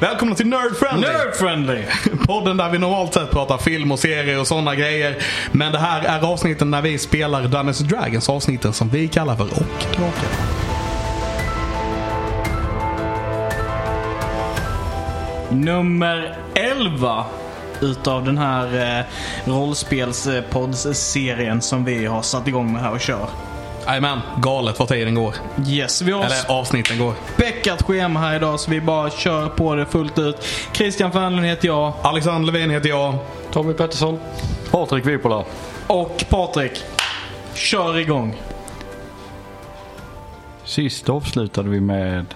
Välkomna till Nerd Friendly! Nerd friendly! Podden där vi normalt sett pratar film och serier och sådana grejer. Men det här är avsnitten när vi spelar Dungeons and Dragons. Avsnitten som vi kallar för Och Draken. Nummer 11 utav den här eh, rollspelspoddsserien som vi har satt igång med här och kör. Jajamän, galet vad tiden går. Yes, vi har Eller avsnitten går. späckat schema här idag så vi bara kör på det fullt ut. Christian Fernlund heter jag Alexander Levin heter jag. Tommy Pettersson. Patrik Vipola. och Patrik. Kör igång. Sist avslutade vi med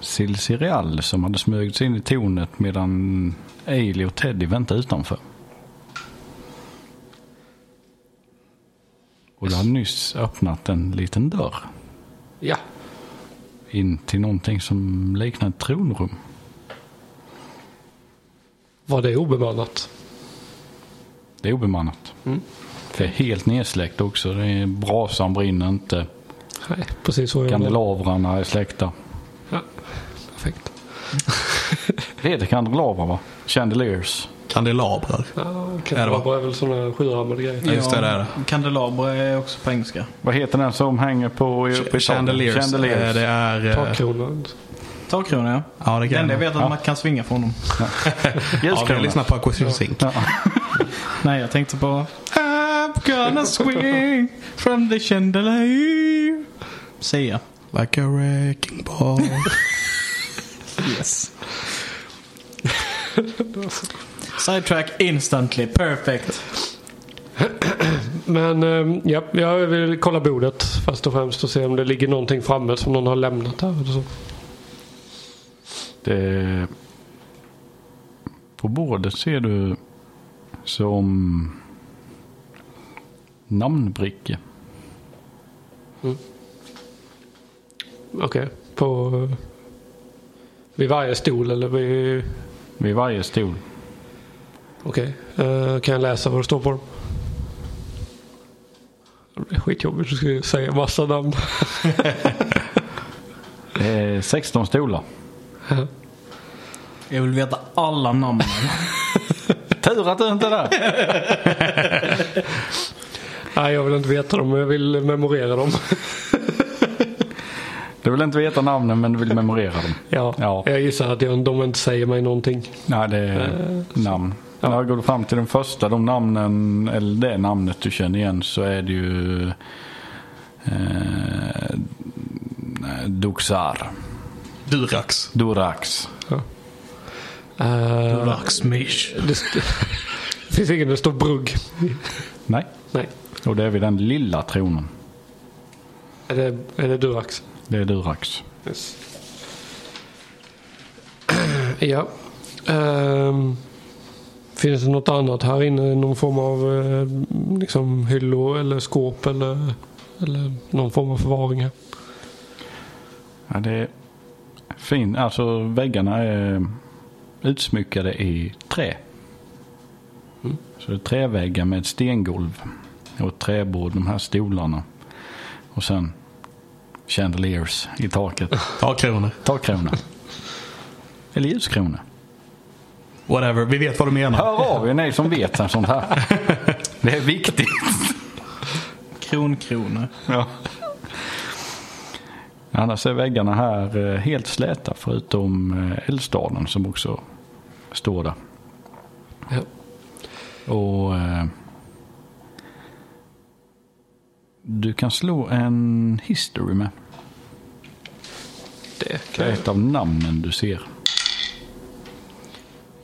Silsirial som hade smugit sig in i tornet medan Ailey och Teddy väntade utanför. Och du hade nyss öppnat en liten dörr Ja, in till någonting som liknar ett tronrum. var det obemannat? Det är obemannat. Mm. Det är helt nedsläckt också. Det är, brasan brinner inte. Nej, precis så jag var. Kandelabrarna är släckta. Ja, perfekt. Det heter kandelabrar va? Chandeliers. Kandelabrar. Ja, Ja, det Kandelabrar är väl sådana sjuarmade grejer. Ja, just det, det är det. Kandelabra är också på engelska. Vad heter den som hänger på uppe i Chandeliers. taket? Eh, Det är... eh, Takkrona. Takkrona ja. Ja, det Det kan det. enda jag vet är att man kan svinga från dem. Ja, vi Ljuskrona. lyssnar på Acquisition Sync. Nej, jag tänkte på... I'm gonna swing from the chandelier. Säger Like a wrecking ball. Yes. Sidetrack instantly. Perfect. Men ehm, ja, jag vill kolla bordet först och främst och se om det ligger någonting framme som någon har lämnat där. Eller så. Det... eh, På bordet ser du som namnbricka. Okej, på... eh, Vid varje stol eller vid... Vid varje stol. Okej, eh, kan jag läsa vad det står på dem? Det blir skitjobbigt att ska säga massa namn. Det är 16 stolar. Jag vill veta alla namnen. Tur att du inte är där. Nej, jag vill inte veta dem, men jag vill memorera dem. Du vill inte veta namnen men du vill memorera dem. Ja, Ja. jag gissar att jag, de inte säger mig någonting. Nej, det är namn. När jag går fram till den första, de namnen, eller det namnet du känner igen så är det ju eh, Duxar, Durax. Durax. Eh, Laxmish. det, st- det finns ingen det står brugg. Nej, Nej, och det är vid den lilla tronen. är det, är det Durax? Det är Durax. Yes. ja. Ehm, finns det något annat här inne? Någon form av eh, liksom hyllor eller skåp eller, eller någon form av förvaring här? Ja, det är fin. Alltså väggarna är utsmyckade i trä. Så det är träväggar med ett stengolv och ett träbord, de här stolarna. Och sen chandeliers i taket. Takkronor. Takkrona. Eller ljuskrona. Whatever, vi vet vad du menar. Hör av er ni som vet här, sånt här. Det är viktigt. Kronkrona. Ja. Annars är väggarna här eh, helt släta förutom eh, eldstaden som också står där. Ja. Och eh, du kan slå en history med. Det Det är ett av namnen du ser.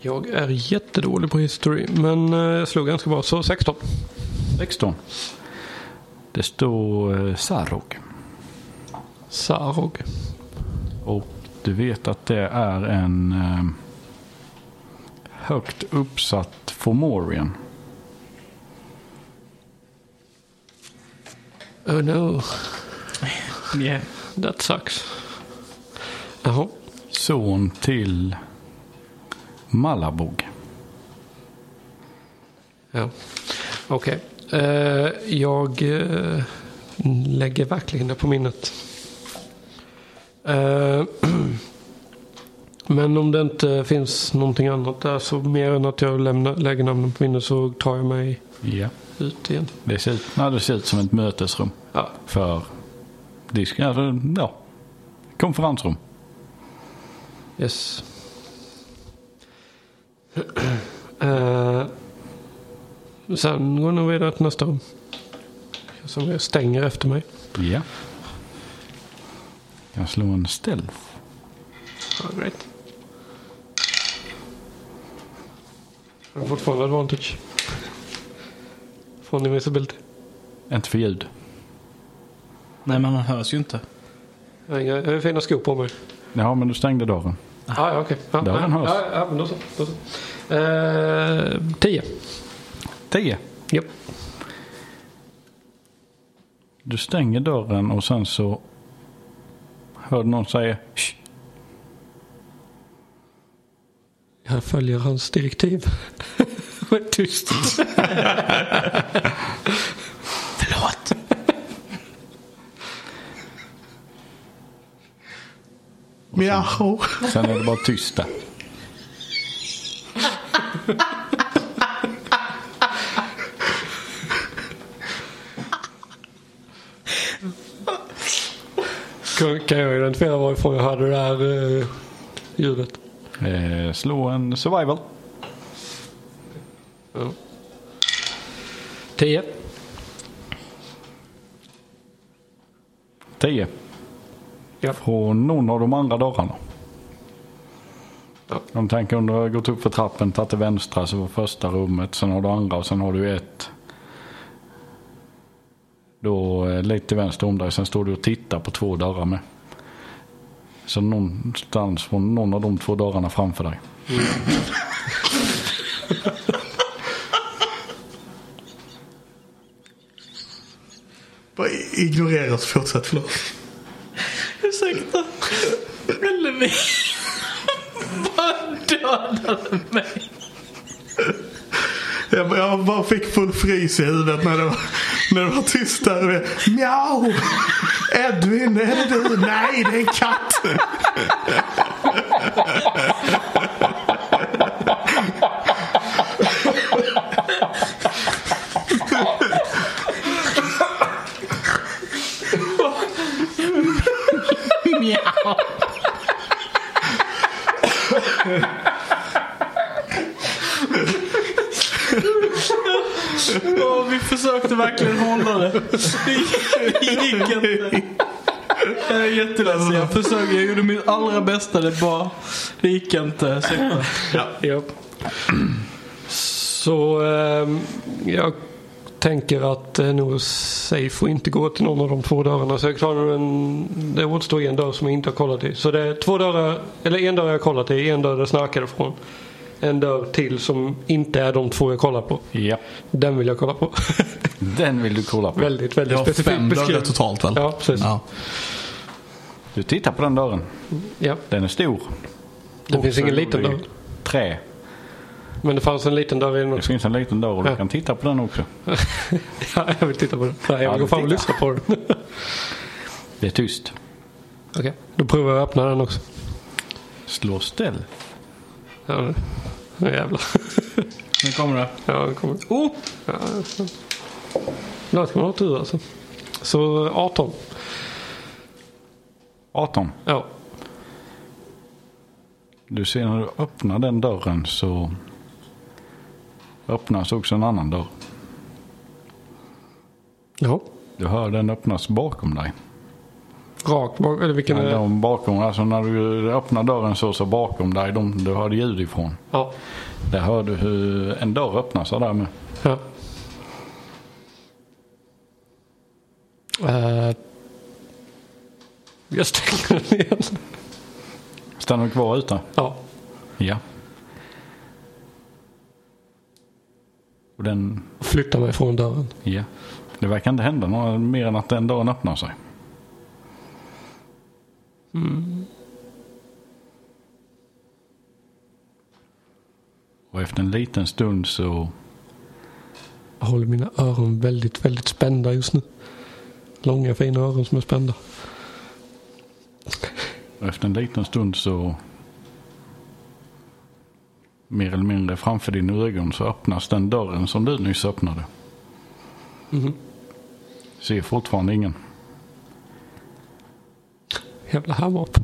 Jag är jättedålig på history, men eh, jag slog ganska bra. Så 16. 16. Det står eh, Sarok. Sarog. Och du vet att det är en eh, högt uppsatt Fomorian. Oh no, Yeah. that sucks. Jaha. Son till Malabog. Ja. Okej. Eh, jag eh, lägger verkligen det på minnet. Eh, Men om det inte finns någonting annat där så mer än att jag lämnar, lägger namnen på minnet så tar jag mig Ja. ut igen. Det ser ut, ja, det ser ut som ett mötesrum. Ja. För disk, alltså, ja. Konferensrum. Yes. Eh, sen går nog vidare till nästa rum. Som jag stänger efter mig. Ja. Jag slår en stealth. All right. Jag har fortfarande advantage. Från invisibility. Inte för ljud. Nej, men han hörs ju inte. Jag har inga- jag har ju fina skor på mig. Ja, men du stängde dörren. Ah, ja, okej. Ja, Där har ja, den hörs. ja, ja, men då så. Då så. Eh, tio. Tio. Japp. Du stänger dörren och sen så hör du någon säga "Shh." Jag följer hans direktiv. Var tyst. Förlåt. Mjau. Sen är det bara tyst där. Kan, kan jag identifiera varifrån jag hade det här eh, ljudet? Eh, slå en survival. Tio. Tio. Ja. Från någon av de andra dörrarna. Ja. De tänker om du har gått upp för trappen, tagit till vänstra så var första rummet, sen har du andra och sen har du ett. Då eh, lite till vänster om dig, sen står du och tittar på två dörrar med. Så någonstans från någon av de två dörrarna framför dig. Bara ignorera oss. Fortsätt, förlåt. Ursäkta. Elvi. Vad dödade mig? Jag, jag bara fick full frys i huvudet när det var, när det var tyst där. Och jag, Mjau! Edvin, är det du? Nej, det är en katt. Mjau. Åh, vi försökte verkligen hålla det. Det gick inte. Jag är jätteledsen. Jag försökte. Jag gjorde mitt allra bästa. Det bara... Det gick inte. Ursäkta. Ja. Så ehm, jag tänker att det är nog safe att inte gå till någon av de två dörrarna. Så jag klarar en, det återstår en dörr som jag inte har kollat i. Så det är två dörrar, eller en dörr jag har kollat i, en dörr det snarkade från. En dörr till som inte är de två jag kollar på. Ja. Den vill jag kolla på. Den vill du kolla på. väldigt, väldigt Jag har specifikt fem dörrar beskrivet. totalt väl? Ja, precis. Ja. Du tittar på den dörren. Ja. Den är stor. Det Och finns så ingen är liten det dörr. Trä. Men det fanns en liten dörr i den Det också. finns en liten dörr och Ja. du kan titta på den också. Ja, jag vill titta på den. Nej, jag Ja, vill du gå fram och tittar. lyssna på den. Okej, Det är tyst. då provar jag att öppna den också. Slå ställ. Ja, nu- nu jävlar. Nu kommer det. Ja, det kommer. Oh! Då ska man ha tur alltså. Så eh, 18. 18. Ja. Du ser när du öppnar den dörren så öppnas också en annan dörr. ja. Du hör den öppnas bakom dig. Rakt bak, eller vilken är Men det? de bakom, alltså när du öppnar dörren så, så bakom dig, de, du hörde ljud ifrån. Ja. Där hör du hur en dörr öppnas där med. ja. Eh, jag stänger den igen. Stannar du kvar ute? Ja. Ja. Och den, Flyttar mig från dörren. ja. Det verkar inte hända något mer än att den dörren öppnar sig. Och efter en liten stund så Jag håller mina öron väldigt, väldigt spända just nu. Långa fina öron som är spända. Och Efter en liten stund så mer eller mindre framför dina ögon så öppnas den dörren som du nyss öppnade. Ser fortfarande ingen. Jävla hammarp.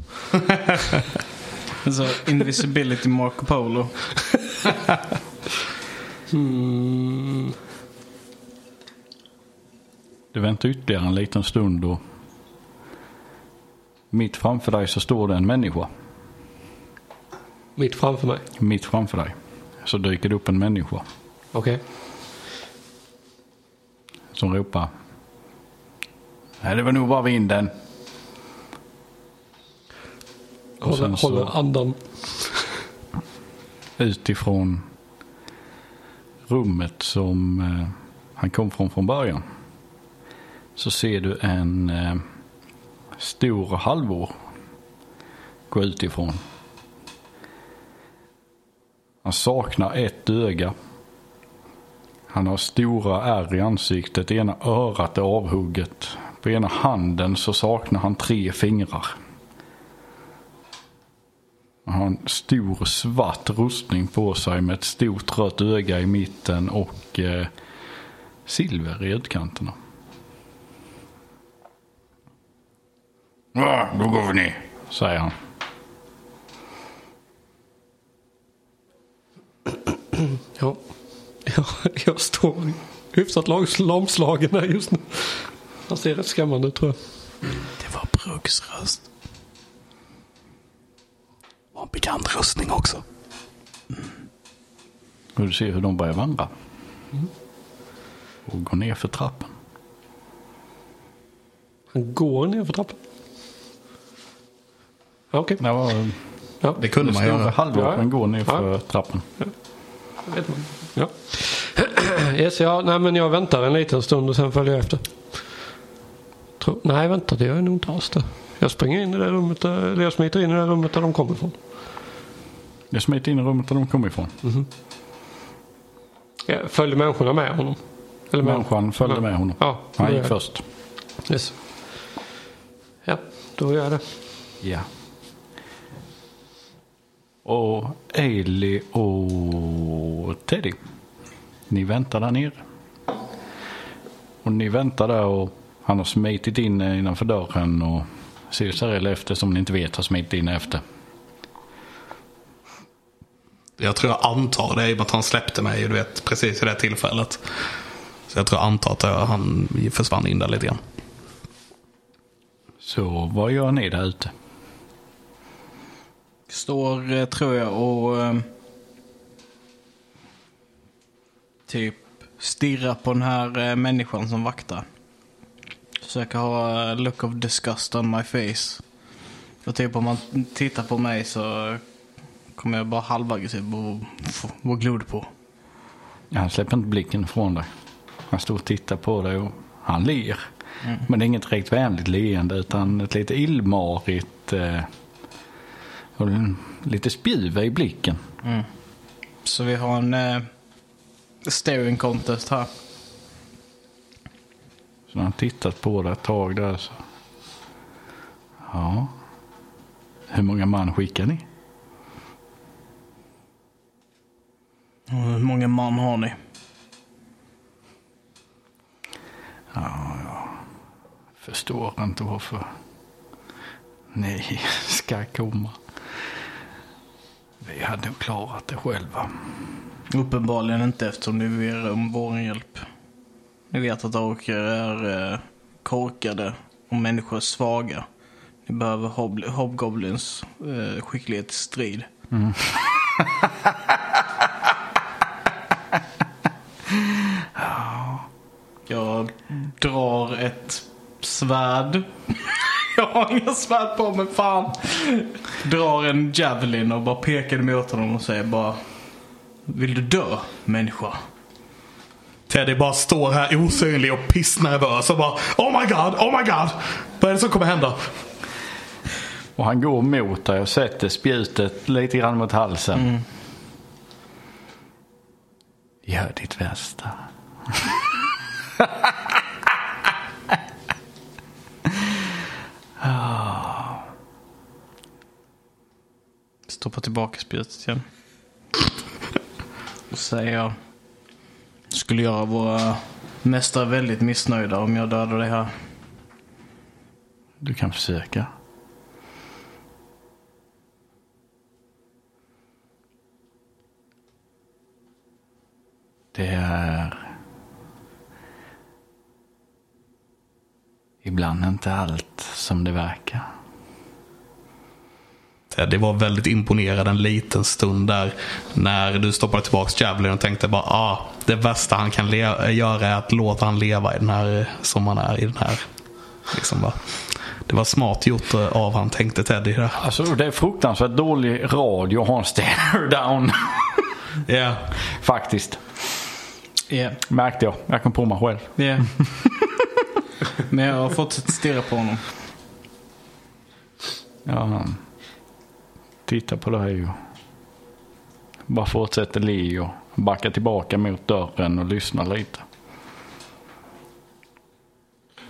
Alltså invisibility Marco Polo. Mm. Du väntar ytterligare en liten stund och mitt framför dig så står det en människa. Mitt framför mig. Mitt framför dig så dyker det upp en människa Okej. som ropar. Nej, det var nog bara vinden. Och Håller, sen så- håller andan. utifrån rummet som eh, han kom från från början. Så ser du en eh, stor halvor gå utifrån. Han saknar ett öga. Han har stora ärr i ansiktet. Ena örat är avhugget. På ena handen så saknar han tre fingrar. Han har en stor svart rustning på sig med ett stort rött öga i mitten och eh, silver i utkanterna. Ja, Ah, då går vi ner, säger han. Ja. Jag, jag står hyfsat lag- lamslagen här just nu. Han ser rätt skrämmande ut tror jag. Det var Bruggs röst. Och en bekant rustning också. Och du ser hur de börjar vandra. Och går ner för trappen. Han går ner för trappan. Ja, eh, Okej. Det var Ja, Det kunde man stora göra. halvvapen går ner Ja. för trappen. det vet man. Ja. Yes, ja, nej, men jag väntar en liten stund och sen följer jag efter. Tror- nej, vänta, det gör jag nog inte alls det. Jag springer in i det rummet, där- eller jag smiter in i det rummet där de kommer ifrån. Jag smiter in i rummet där de kom ifrån. Mm. Ja, följer människorna med honom? Eller med- Människan följde Ja. med honom. Ja, Han då gick gör jag först. det. Yes. Ja, då gör jag det. Ja. Och Ailey och Teddy. Ni väntar där nere. Och ni väntar där och han har smitit in innanför dörren och Cesarell efter som ni inte vet har smitit in efter. Jag tror jag antar det i och med att han släppte mig du vet, precis i det tillfället. Så jag tror jag antar att jag, han försvann in där lite grann. Så vad gör ni där ute? Står, eh, tror jag, och... ehm, typ stirrar på den här eh, människan som vaktar. Försöker ha eh, look of disgust on my face. Och typ om man tittar på mig så kommer jag bara halvaggressiv och f- och glod på. Ja, Han släpper inte blicken från dig. Han står och tittar på dig och han ler. Men det är inget direkt vänligt leende utan ett lite illmarigt eh, och en- lite spjuva i blicken. Så vi har en eh, staring contest här. Så när han tittat på det ett tag där så... Ja. Hur många man skickar ni? Och Hur många man har ni? Förstår inte varför ni ska komma. Vi hade nog klarat det själva. Uppenbarligen inte eftersom ni ber om vår hjälp. Ni vet att orker är eh, korkade och människor är svaga. Ni behöver hob- hobgoblins eh, skicklighet i strid. Jag drar ett svärd. Jag har inga svärd på mig, fan. Drar en javelin och bara pekar mot honom och säger bara vill du dö, människa? Teddy bara står här osynlig och pissnervös och bara Oh my god, oh my god. Vad är det som kommer hända? Och han går mot dig och sätter spjutet lite grann mot halsen. Gör ditt bästa. Stoppa tillbaka spjutet igen. säger jag. Skulle göra våra mästare väldigt missnöjda om jag dödar dig här. Du kan försöka. Det är ibland inte allt som det verkar. Teddy eh, var väldigt imponerad en liten stund där. När du stoppade tillbaka Javelin och tänkte bara ah, det värsta han kan le- göra är att låta han leva i den här, eh, som han är i den här. Liksom bara. Det var smart gjort eh, av han tänkte Teddy. Där. Alltså det är fruktansvärt dålig radio att ha en stare down. Ja. Faktiskt. Yeah. Märkte jag. Jag kom på mig själv. Yeah. Men jag har fortsatt stirra på honom. Ja, han tittar på dig och bara fortsätter le och backar tillbaka mot dörren och lyssnar lite.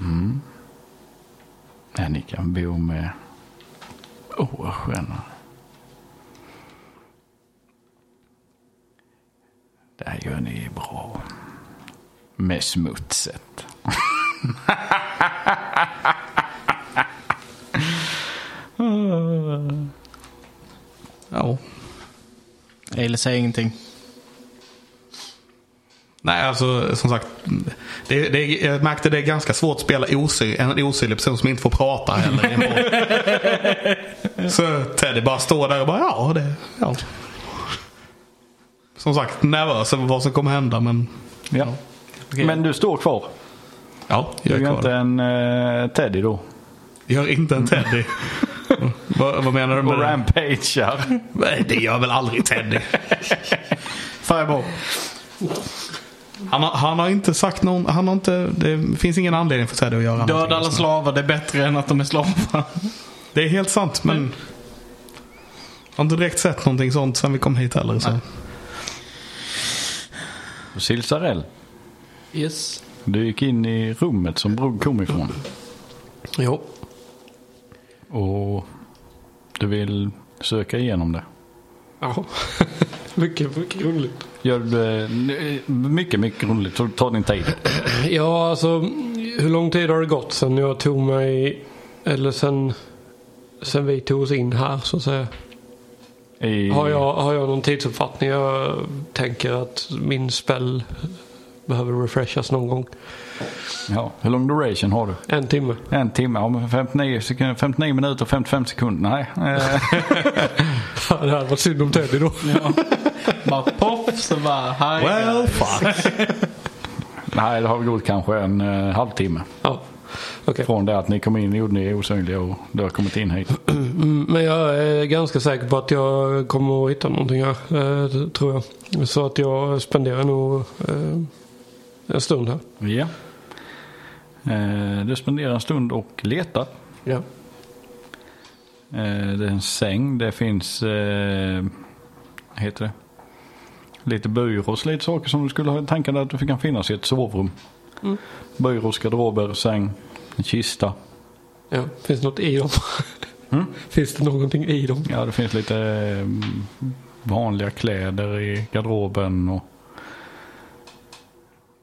Mm. Ja, ni kan bo med Åsjön. Där gör ni bra. Med smutset. Ja. Eller säger ingenting. Nej, alltså som sagt. Det, det, jag märkte det är ganska svårt att spela osy, en osynlig person som inte får prata heller. i en podd. Så Teddy bara står där och bara ja, det, ja. Som sagt, nervös över vad som kommer hända men Ja. Men du står kvar. ja, jag Du är är kvar. inte Inte. en eh, Teddy då. Gör inte en Teddy. vad, vad menar du med Och det? rampagear. Nej, det gör väl aldrig Teddy. Fireball. Han har, han har inte sagt någon, han har inte, det finns ingen anledning för Teddy att göra någonting Döda alla just nu. slavar, det är bättre än att de är slavar. Det är helt sant, men... Jag har inte direkt sett någonting sånt sen vi kom hit heller. Så. Och Silsarell, Yes. du gick in i rummet som Brog kom ifrån. Jo. Och du vill söka igenom det. Ja. mycket, mycket roligt. Gör du det mycket, mycket roligt. Så ta din tid. Ja, alltså hur lång tid har det gått sen jag tog mig, eller sen, sen vi tog oss in här så att säga? I, Har jag, har jag någon tidsuppfattning? Jag tänker att min spell behöver refreshas någon gång. Ja, hur lång duration har du? En timme. En timme? Ja, men 59, sekunder, 59 minuter och 55 sekunder? Nej. eh, Det hade varit synd om Teddy då. Bara poff så bara hej. Well, fuck. Nej, det har gått kanske en eh, halvtimme. Ja. Okej. Från det att ni kom in gjorde ni osynliga och du har kommit in hit. Mm, Men jag är ganska säker på att jag kommer att hitta någonting här. eh, det Tror jag. Så att jag spenderar nog eh, en stund här. Ja. Eh, Du spenderar en stund och letar. Ja. Eh, Det är en säng. Det finns, eh, vad heter det? Lite byrås, lite saker som du skulle ha i tankarna att du kan finnas i ett sovrum. Mm. Byrås, garderober, säng, en kista. ja. Finns det något i dem? Finns det någonting i dem? Ja, det finns lite eh, vanliga kläder i garderoben och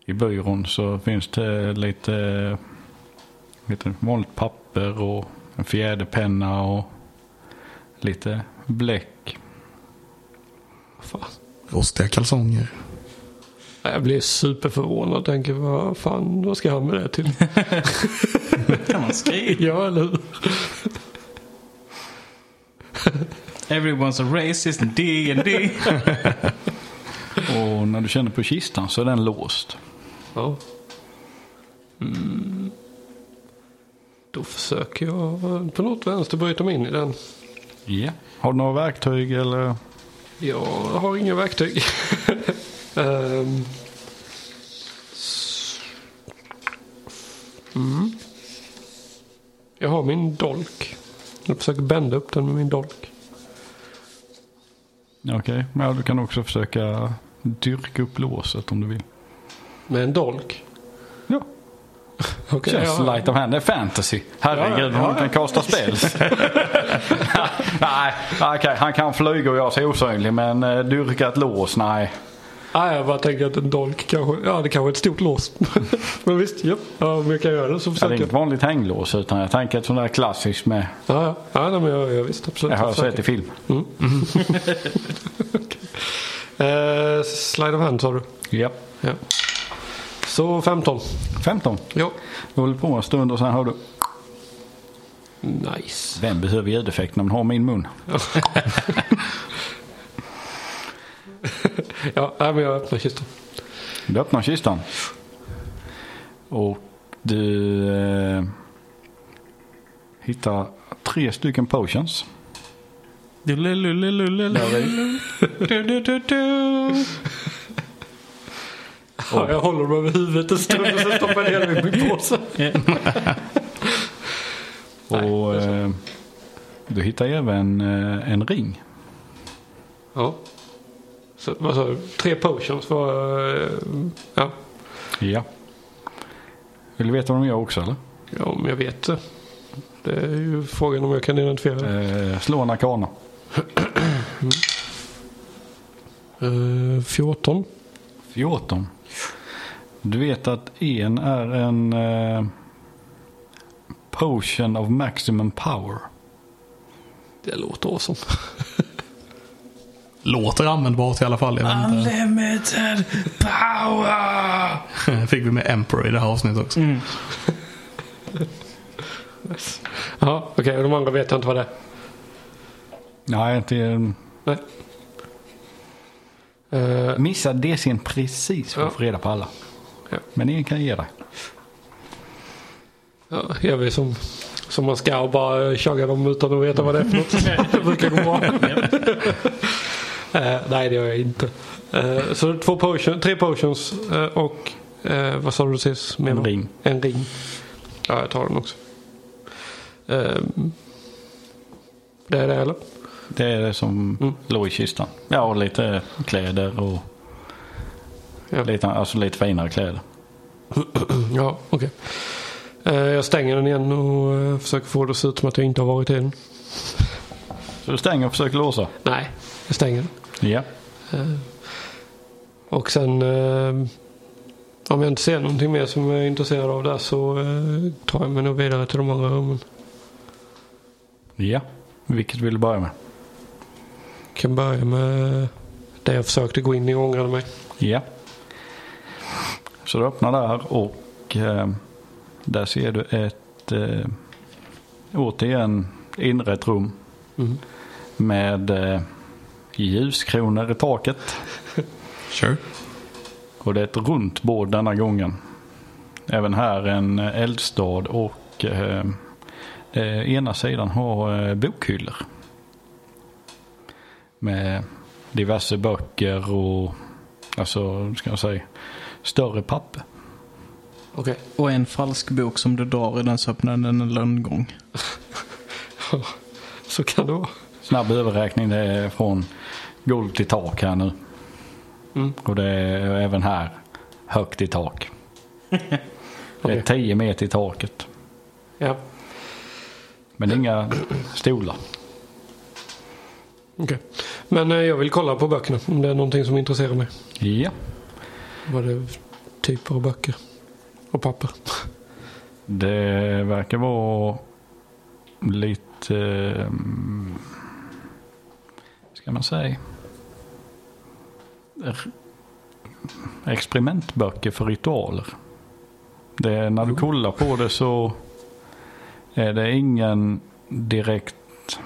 i byrån så finns det lite, eh, lite vanligt papper och en fjäderpenna och lite bläck. Fan. Rostiga kalsonger. Jag blir superförvånad och tänker vad fan vad ska han med det till? Kan man skriva? ja eller hur? Everyone's a racist in D&D. Och när du känner på kistan så är den låst. Ja. Mm. Då försöker jag eh, på något vänster bryta mig in i den. Ja. Har du några verktyg eller? Jag har inga verktyg. Ehm. S- Mm. Jag har min dolk. Jag försöker bända upp den med min dolk. Okej, ja, du kan också försöka dyrka upp låset om du vill. Med en dolk? Ja. Okej. Just ja. light of hand, det är fantasy. Herregud, hur man kan kasta spels. nej, okej, han kan flyga och göra sig osynlig men eh, dyrka ett lås, nej. Nej, Ah, jag bara tänkte att en dolk kanske, ja det kanske är ett stort lås. Men visst, ja. ja. Om jag kan göra det så Ja, det försöker är jag. inget vanligt hänglås utan jag tänker ett sånt där klassiskt med. Ja, ja. ja nej, men jag, jag visst absolut. Jag har försöker. sett i film. Eh, slide of hand sa du. Japp. Ja. Så 15. 15. Ja. Jag håller på en stund och sen hör du. Nice. Vem behöver ljudeffekt när man har min mun? Ja, nej, men jag öppnar kistan. Du öppnar kistan. Och du eh, hittar tre stycken potions. Ja, jag håller dem över huvudet en stund och sen stoppar jag ner dem i min påse. och eh, du hittar även eh, en ring. Ja. Så, vad sa du? Tre potions var... eh, Ja. Ja. Vill du veta vad de gör också eller? ja, om jag vet det. Det är ju frågan om jag kan identifiera det. Eh, slå en arkana. Eh, 14. 14. Du vet att en är en eh, potion of maximum power. Det låter awesome. Låter användbart i alla fall. Jag vet inte. Unlimited power! Fick vi med Emperor i det här avsnittet också. Mm. Ja, okej. och de andra vet jag inte vad det är. Nej, inte en... Nej. Eh, Missa DCn precis för att få reda på alla. Ja. Men en kan ge dig. ja, jag vet som, som man ska och bara tjaga dem utan att veta vad det är för något. det brukar gå bra. Eh, nej, det gör jag inte. Eh, så två potion, tre potions eh, och eh, vad sa du precis? Memo? En ring. En ring. Ja, jag tar den också. Eh, det är det eller? Det är det som Mm. låg i kistan. Ja, och lite kläder och Ja. lite, alltså lite finare kläder. Ja, okej. Eh, jag stänger den igen och eh, försöker få det att se ut som att jag inte har varit i den. Så du stänger och försöker låsa. Nej, jag stänger den. Ja. Och sen eh, om jag inte ser någonting mer som jag är intresserad av där så eh, tar jag mig nog vidare till de andra rummen. Ja. Vilket vill du börja med? Kan börja med det jag försökte gå in i och ångrade mig. Ja. Så du öppnar där och eh, där ser du ett eh, återigen inrett rum. Mm. Med eh, ljuskronor i taket. Sure. Och det är ett runt bord denna gången. Även här en eh, eldstad och eh, eh, ena sidan har eh, bokhyllor. Med diverse böcker och alltså, ska jag säga, större papper. Okej. Och en falsk bok som du drar i den så öppnar den en lönngång. Så kan det vara. Snabb överräkning det är från golv till tak här nu. Mm. Och det är även här högt i tak. Det är Okej. 10 meter i taket. Ja, Men det är inga stolar. okej. Men eh, jag vill kolla på böckerna om det är någonting som intresserar mig. Ja. Vad det är för typer av böcker. Och papper. Det verkar vara lite... eh, ska man säga? er- Experimentböcker för ritualer. Det, när du kollar på det så är det ingen direkt...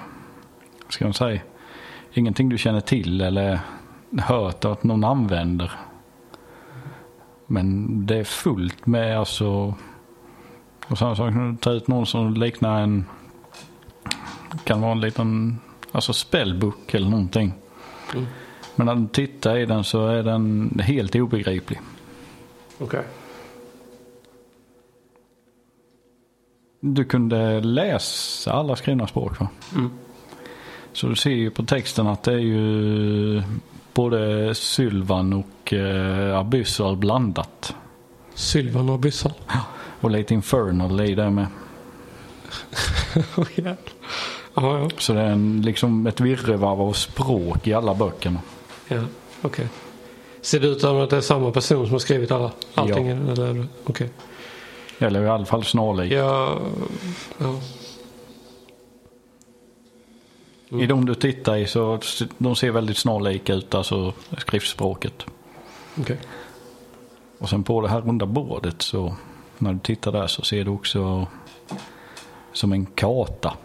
ska man säga? Ingenting du känner till eller hört att någon använder. Men det är fullt med alltså och samma sak när du tar ut någon som liknar en... Kan vara en liten... Alltså spellbook eller någonting. Men när du tittar i den så är den helt obegriplig. Okej. Du kunde läsa alla skrivna språk va? Mm. Så du ser ju på texten att det är ju både Sylvan och eh, Abyssal blandat. Sylvan och Byssal. Och lite Infernal i det med. Åh, jävlar. ja, ja. Så det är en, liksom ett virrvarr av språk i alla böckerna. Ja, okej. Ser det ut som att det är samma person som har skrivit alla, allting? Ja. Eller, okay. Eller i alla fall snarlik. ja, ja. I de du tittar i så de ser väldigt snarlika ut, alltså skriftspråket. okej. Och sen på det här runda bordet så när du tittar där så ser du också som en karta.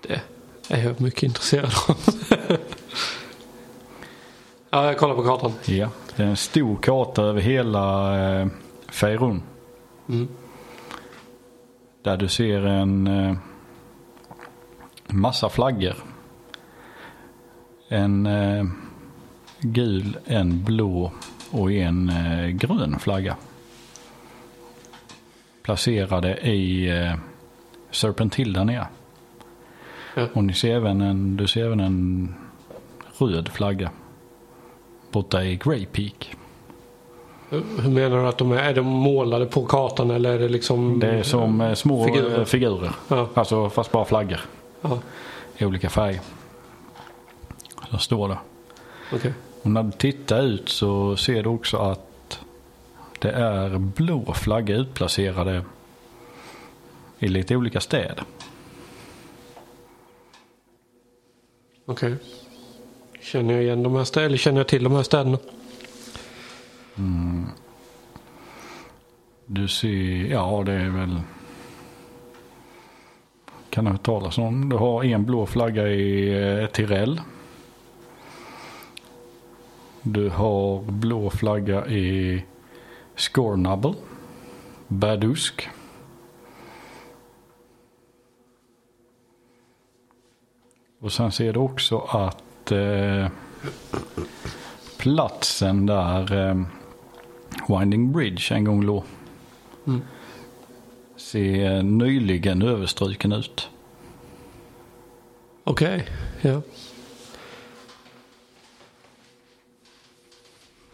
Det är jag mycket intresserad av. ja, jag kollar på kartan. Ja, det är en stor karta över hela eh, Feirun. Där du ser en eh, massa flaggor. En eh, gul, en blå och en eh, grön flagga. Placerade i eh, Serpentil där nere. Ja. Och ni ser även en, du ser även en röd flagga borta i Grey Peak. Hur menar du att de är? Är de målade på kartan eller är det liksom? Det är som eh, små Figurer. figurer, figurer. Ja. Alltså fast bara flaggor Ja, i olika färger. Så står det. okej. Och när du tittar ut så ser du också att det är blå flaggor utplacerade i lite olika städer. Okej. Känner jag igen de här städerna? Eller känner jag till de här städerna? Du ser, ja det är väl... Kan jag talas om. Du har en blå flagga i eh, Tirell. Du har blå flagga i Scornable. Badusk. Och sen ser du också att eh, platsen där eh, Winding Bridge en gång låg ser nyligen överstruken ut. Okej, ja.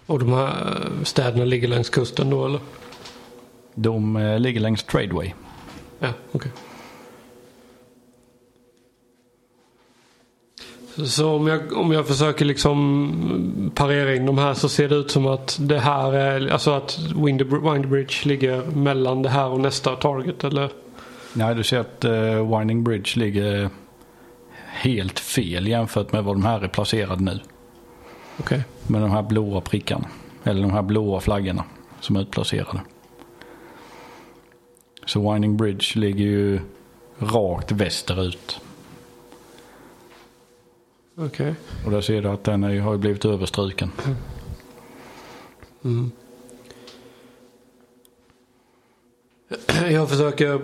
Och de här eh, städerna ligger längs kusten då eller? De eh, ligger längs Tradeway. Ja, okej. Så om jag, om jag försöker liksom parera in de här så ser det ut som att det här är, alltså att Winder- Windbridge ligger mellan det här och nästa target eller? Nej, du ser att eh, Winding Bridge ligger helt fel jämfört med var de här är placerade nu. Okej. Med de här blåa prickarna. Eller de här blåa flaggorna som är utplacerade. Så Winding Bridge ligger ju rakt västerut. Okej. Och där ser du att den är, har ju blivit överstruken. Jag försöker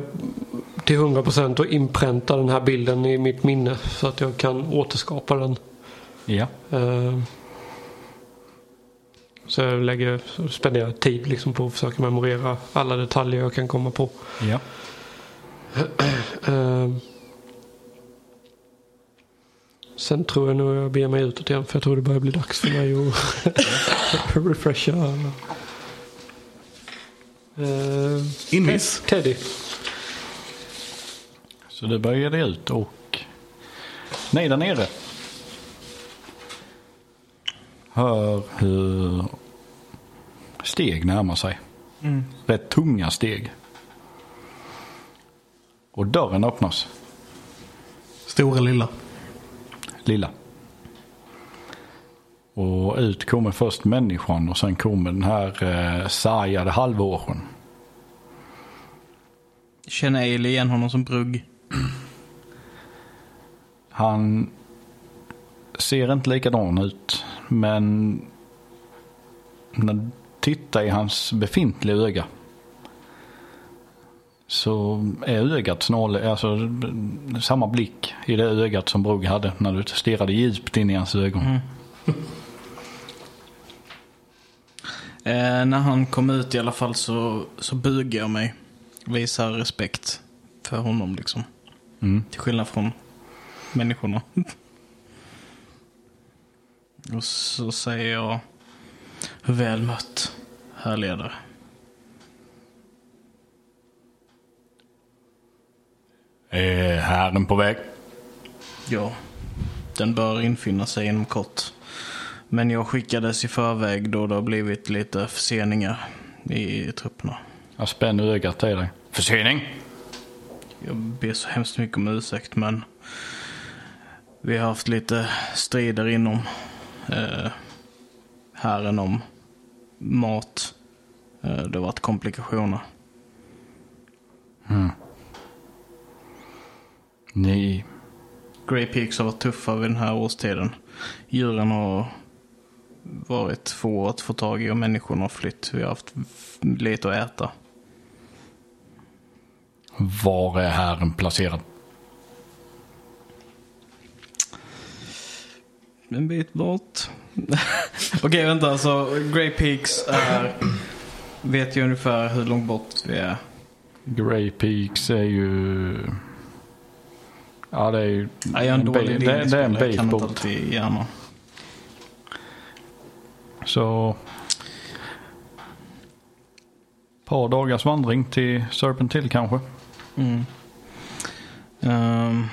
till 100% att inpränta den här bilden i mitt minne så att jag kan återskapa den. Ja. Eh, Så jag lägger, så spenderar jag tid liksom på att försöka memorera alla detaljer jag kan komma på. ja. Eh, Sen tror jag nog jag ber mig utåt igen för jag tror det börjar bli dags för mig att refresha. Eh, Invis. Teddy. Så du börjar dig ut och... Nej, där nere. Hör hur steg närmar sig. Rätt tunga steg. Och dörren öppnas. Stora lilla. Lilla. Och ut kommer först människan och sen kommer den här eh, sargade halvåren. Känner Ailey igen honom som brugg? Han ser inte likadan ut, men när du tittar i hans befintliga öga så är ögat snarare, alltså samma blick i det ögat som Brog hade när du stirrade djupt in i hans ögon. Eh, när han kom ut i alla fall så, så bugar jag mig. Visar respekt för honom liksom. Till skillnad från människorna. Och så säger jag väl mött, herr ledare. Är herren på väg? Ja, den bör infinna sig inom kort. Men jag skickades i förväg då det har blivit lite förseningar i trupperna. Jag spänner ögat till dig. Försening? Jag ber så hemskt mycket om ursäkt men vi har haft lite strider inom eh, hären om mat. Eh, det har varit komplikationer. Ni. Grey Peaks har varit tuffa vid den här årstiden. Djuren har varit få att få tag i och människorna har flytt. Vi har haft f- lite att äta. Var är herren placerad? En bit bort. Okej, vänta. Alltså, Grey Peaks är... Vet ju ungefär hur långt bort vi är. Grey Peaks är ju... Ja, det är ju... Nej, jag är en, en dålig bit- det, det är linjespelare. en Jag bit kan inte bort. alltid hjärnan. Så... Ett par dagars vandring till Serpent Hill kanske. Mm. Ehm,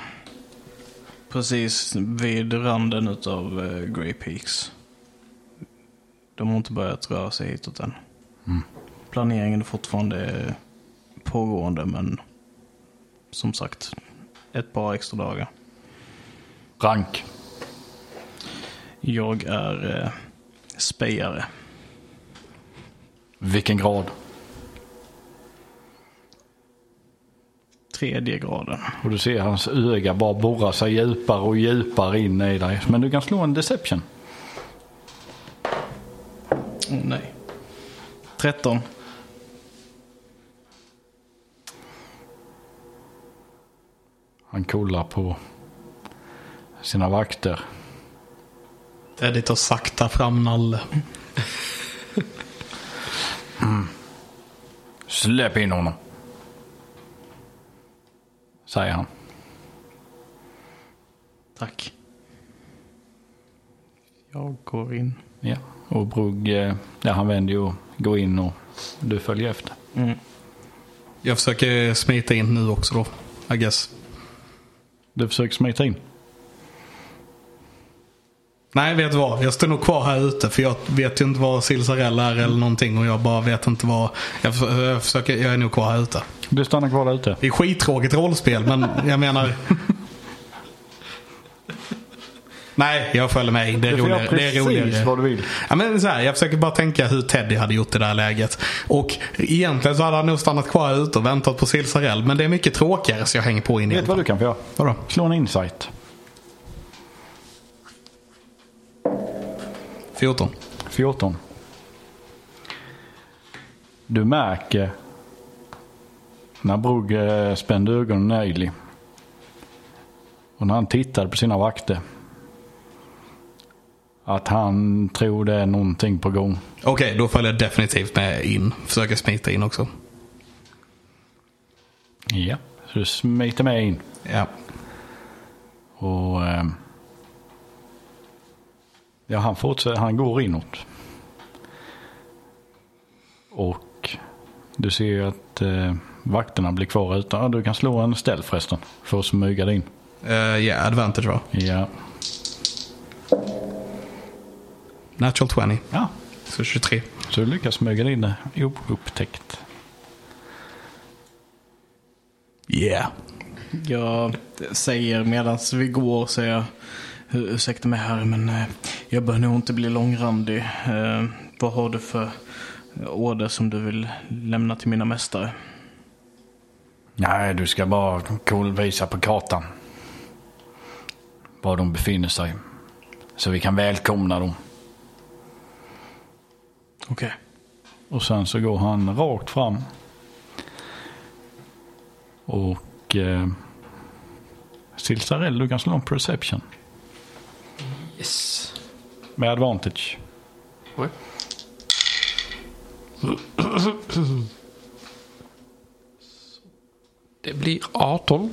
precis vid randen utav eh, Grey Peaks. De har inte börjat röra sig hitåt än. Planeringen är fortfarande pågående men som sagt ett par extra dagar. Rank. Jag är eh, spejare. Vilken grad? Tredje graden. Och du ser hans öga bara borra sig djupare och djupare in i dig. Men du kan slå en deception. Åh nej. 13. Han kollar på sina vakter. Eddie tar sakta fram Nalle. Släpp in honom. Säger han. Tack. Jag går in. Ja. Och Brugg, eh, ja, han vänder ju och går in och du följer efter. Jag försöker smita in nu också då. I guess. Du försöker smita in. Nej, vet du vad? Jag står nog kvar här ute för jag vet ju inte vad Silsarell är eller någonting och jag bara vet inte vad... Jag, förs- jag, försöker, jag är nog kvar här ute. Du stannar kvar där ute. Det är skittråkigt rollspel men jag menar... Nej, jag följer med in. Det är Du får göra roligare. Det är precis roligare. vad du vill. Ja, men så här, jag försöker bara tänka hur Teddy hade gjort i det här läget. Och egentligen så hade han nog stannat kvar här ute och väntat på Silsarell. Men det är mycket tråkigare så jag hänger på in Vet du igen. vad du kan få göra? Vadå? Slå en insight. 14. 14. Du märker när Brugg eh, spände ögonen i Ailey och när han tittade på sina vakter att han tror det är någonting på gång. Okej, då följer jag definitivt med in. Försöker smita in också. Ja. Så du smiter med in Ja. och eh, ja, han fortsätter, han går inåt. Och du ser ju att eh, vakterna blir kvar utan. Ja, du kan slå en ställ förresten för att smyga dig in. Eh, Ja, advantage va? Ja. Natural 20. ja. Så 23. Så du lyckas smyga dig in eh, oupptäckt. Yeah. Jag säger medan vi går så jag "Ur- ursäkta mig här men eh, jag bör nog inte bli långrandig. Eh, vad har du för order som du vill lämna till mina mästare? Nej, du ska bara cool visa på kartan. Var de befinner sig. Så vi kan välkomna dem. Okej. Och sen så går han rakt fram. Och... Eh, Silsarell, du kan slå en perception. Yes. Med advantage. Oj. Det blir 18.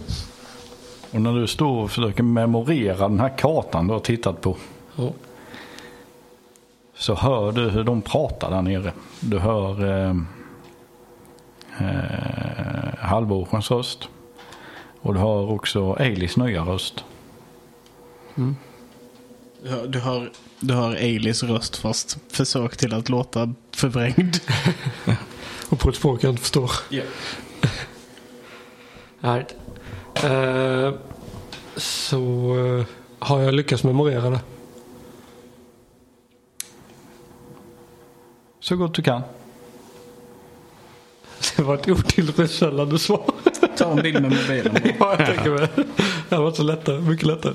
Och när du står och försöker memorera den här kartan du har tittat på. Ja. Så hör du hur de pratar där nere. Du hör eh, eh, halvårsens röst. Och du hör också Eilis nya röst. Du hör, du hör, du hör Eilis röst fast försök till att låta förvrängd. Och på ett språk jag inte förstår. Right. Eh, så eh, har jag lyckats memorera det. Så gott du kan. Det var ett otillfredsställande svar. Ta en bild med mobilen. bara. ja, jag tänker mig. Det har varit så lättare. Mycket lättare.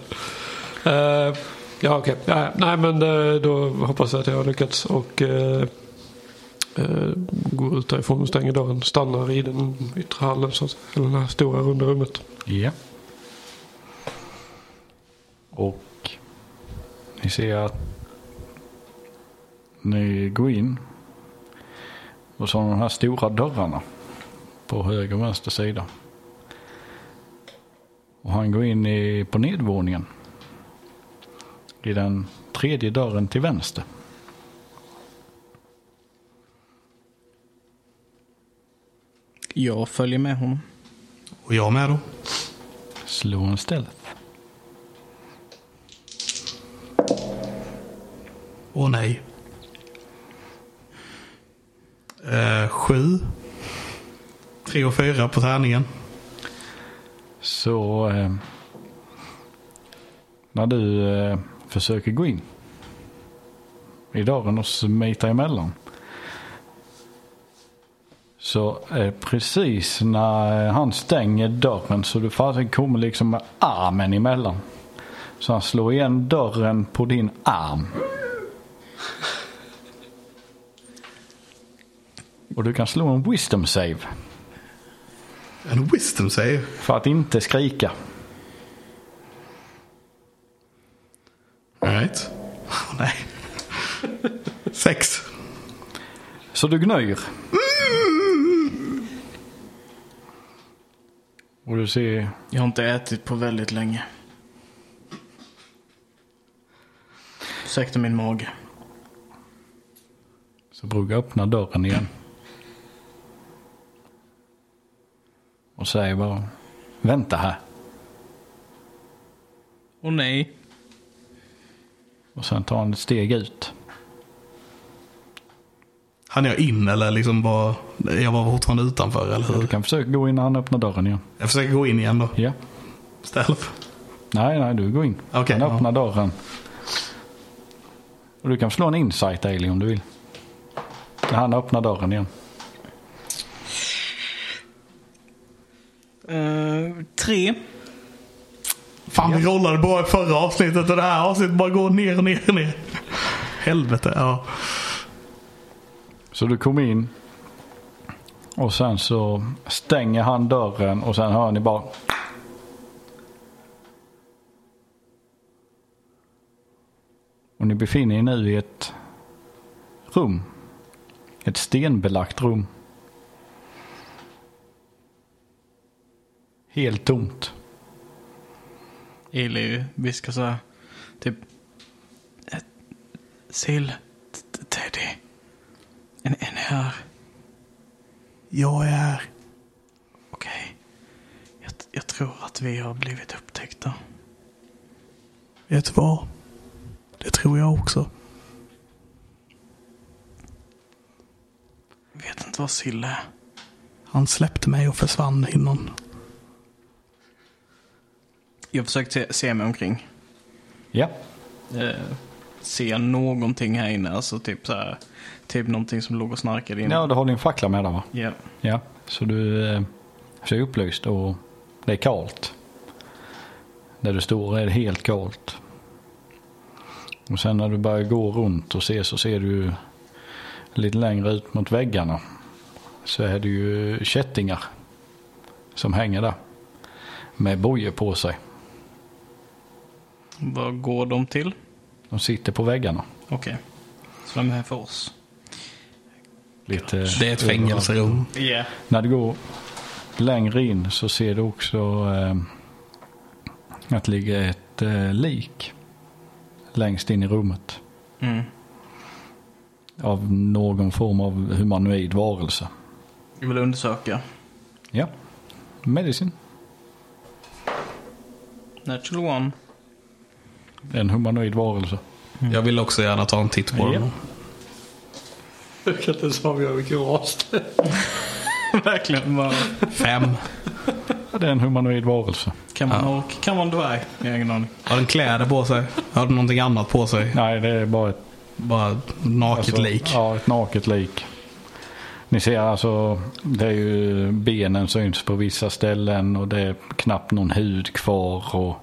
Eh, ja, okej. Nej, nej, men eh, då hoppas jag att jag har lyckats och eh, eh, går ut därifrån och stänger dörren. Stannar i den yttre hallen, så att, eller det här stora runda rummet. Ja. Och ni ser att ni går in. Och så har de här stora dörrarna på höger och vänster sida. Och han går in i, på nedvåningen. I den tredje dörren till vänster. Jag följer med honom. Och jag med då. Slå en stealth. Åh nej. Eh, sju. Tre och fyra på tärningen. Så eh, när du eh, försöker gå in i dörren och smita emellan. Så eh, precis när eh, han stänger dörren så du fasen kommer liksom med armen emellan. Så han slår igen dörren på din arm. Och du kan slå en wisdom save En wisdom save. för att inte skrika. Alright. Åh nej. Sex. Så du gnyr. Mm. Och du ser, Jag har inte ätit på väldigt länge. Ursäkta min mage. så Brugge öppnar dörren igen. Och säger bara, vänta här. Och nej. Och sen tar han ett steg ut. Han jag in eller liksom bara... Jag var fortfarande utanför eller Du hur? kan försöka gå in när han öppnar dörren igen. Jag försöker gå in igen då. Ja. Stealth. Nej, nej, du går in. Okej, han ja. öppnar dörren. Och du kan slå en insight Ailey om du vill. När han öppnar dörren igen. Eh, tre. Fan vi rollade bra i förra avsnittet och det här avsnittet bara går ner och ner och ner. Helvete. Ja. Så du kom in. Och sen så stänger han dörren och sen hör ni bara. Och ni befinner er nu i ett rum. Ett stenbelagt rum. Helt tomt. Eli viskar så här. Typ. eh, Sill. T- Teddy. En, en här. Jag är här. Okej. Jag, jag tror att vi har blivit upptäckta. Vet du vad? Det tror jag också. Vet inte vad Sill är. Han släppte mig och försvann innan. Jag försökte se, se mig omkring. Ja. Eh, se någonting här inne. Alltså typ så här. Typ någonting som låg och snarkade inne. Ja, du har din fackla med dig va? Ja. Ja, så du eh, så är upplyst och det är kallt. Där du står är det helt kallt. Och sen när du börjar gå runt och se så ser du lite längre ut mot väggarna. Så är det ju kättingar som hänger där. Med bojor på sig. Vad går de till? De sitter på väggarna. Okej. Så de är här för oss. Lite Det är ett fängelserum. Ja. När du går längre in så ser du också eh, att det ligger ett eh, lik längst in i rummet. Mm. Av någon form av humanoid varelse. Jag vill undersöka. Ja. Medicin. Natural one. En humanoid varelse. Jag vill också gärna ta en titt på Japp. den. Jag kan inte ens avgöra vilken ras det är. Verkligen. Man, Fem. Ja, det är en humanoid varelse. kan man ork? Kan man dvärg? Jag har ingen aning. Har den kläder på sig? Har den någonting annat på sig? Nej, det är bara ett Bara naket alltså, lik. Ja, ett naket lik. Ni ser alltså, det är ju benen syns på vissa ställen och det är knappt någon hud kvar. Och,